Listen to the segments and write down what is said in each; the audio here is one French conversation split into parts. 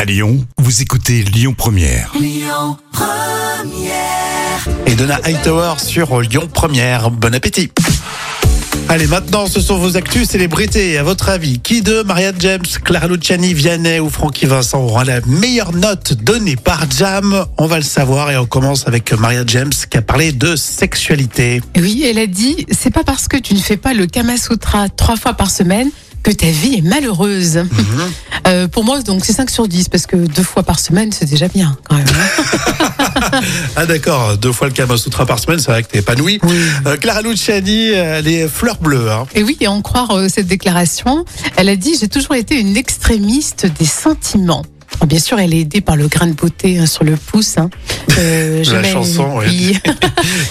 À Lyon, vous écoutez Lyon Première. et Donna Hightower sur Lyon Première. Bon appétit. Allez, maintenant, ce sont vos actus célébrités. À votre avis, qui de Marianne James, Clara Luciani, Vianney ou Francky Vincent aura la meilleure note donnée par Jam On va le savoir et on commence avec Marianne James qui a parlé de sexualité. Oui, elle a dit c'est pas parce que tu ne fais pas le Kama Sutra trois fois par semaine que ta vie est malheureuse. Mhm. Euh, pour moi, donc, c'est 5 sur 10 parce que deux fois par semaine, c'est déjà bien quand même. hein. Ah d'accord, deux fois le Kama Sutra par semaine, c'est vrai que t'es épanoui. Euh, Clara Luciani, euh, les fleurs bleues. hein. et oui, et en croire euh, cette déclaration, elle a dit j'ai toujours été une extrémiste des sentiments. Alors, bien sûr, elle est aidée par le grain de beauté hein, sur le pouce. hein. Euh, La j'aimais- chanson, oui. oui.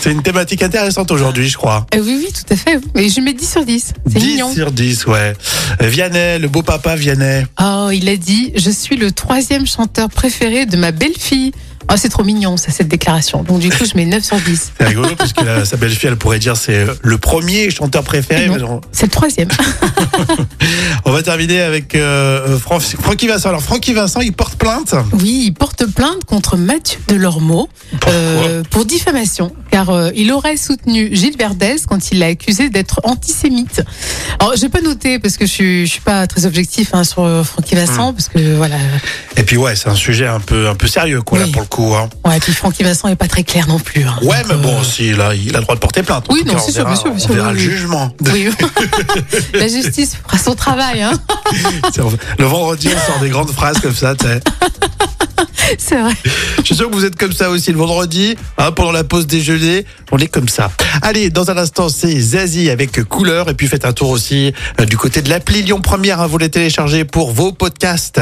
C'est une thématique intéressante aujourd'hui, je crois. Euh, oui, oui, tout à fait. Et je mets 10 sur 10. C'est 10 mignon. sur 10, ouais. Euh, Vianney, le beau papa Vianney. Oh, il a dit Je suis le troisième chanteur préféré de ma belle-fille. Oh, c'est trop mignon, ça, cette déclaration. Donc, du coup, je mets 9 sur 10. C'est rigolo parce que euh, sa belle-fille, elle pourrait dire c'est euh, le premier chanteur préféré. Et non. mais non. C'est le troisième. On va terminer avec euh, Fran- Francky Vincent. Alors Francky Vincent, il porte plainte. Oui, il porte plainte contre Mathieu Delormeau euh, pour diffamation, car euh, il aurait soutenu Gilles Verdez quand il l'a accusé d'être antisémite. Alors, j'ai pas noté parce que je suis, je suis pas très objectif hein, sur euh, Francky Hmm. Vincent, parce que voilà. Et puis ouais, c'est un sujet un peu un peu sérieux quoi là Oui. pour le coup. hein. Ouais, et puis Francky Vincent est pas très clair non plus. hein. Ouais, Donc, mais bon, euh, si là, il a le droit de porter plainte. En Oui, tout non, cas, c'est on sûr, verra- bien sûr, bien on sûr, verra oui, le oui. jugement. Oui. la justice fera son travail, hein. Le vendredi, on sort des grandes phrases comme ça. tu sais. c'est vrai. Je suis sûr que vous êtes comme ça aussi le vendredi, hein, pendant la pause déjeuner, on est comme ça. Allez, dans un instant, c'est Zazie avec couleur, et puis faites un tour aussi euh, du côté de l'appli Lyon Première, hein, vous les téléchargez pour vos podcasts.